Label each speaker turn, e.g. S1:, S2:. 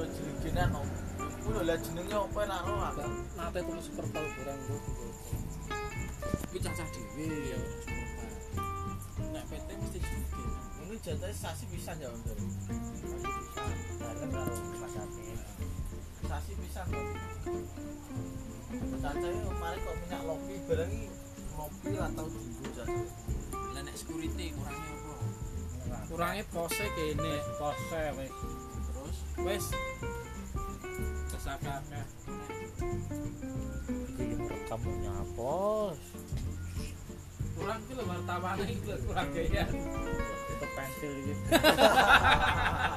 S1: Medan om. Ku lho lah jenenge opo enak ora.
S2: Nate tulis super tahu barang ku. Iki cacah dhewe ya. Nek PT mesti dhewe.
S1: Mungkin jatahnya sasi pisan ya om. Sasi pisan om. Cacahnya kemarin kok minyak lopi barang iki lopi atau dinggo jatah.
S3: Lah nek security kurangnya apa?
S2: Kurange pose kene, pose wis.
S3: Terus
S2: Wis. Kesakane.
S4: kamu nyapos
S2: gitu, Kurang ki lho wartawan iki lho kurang gaya.
S4: itu pensil gitu
S3: Nah, iya.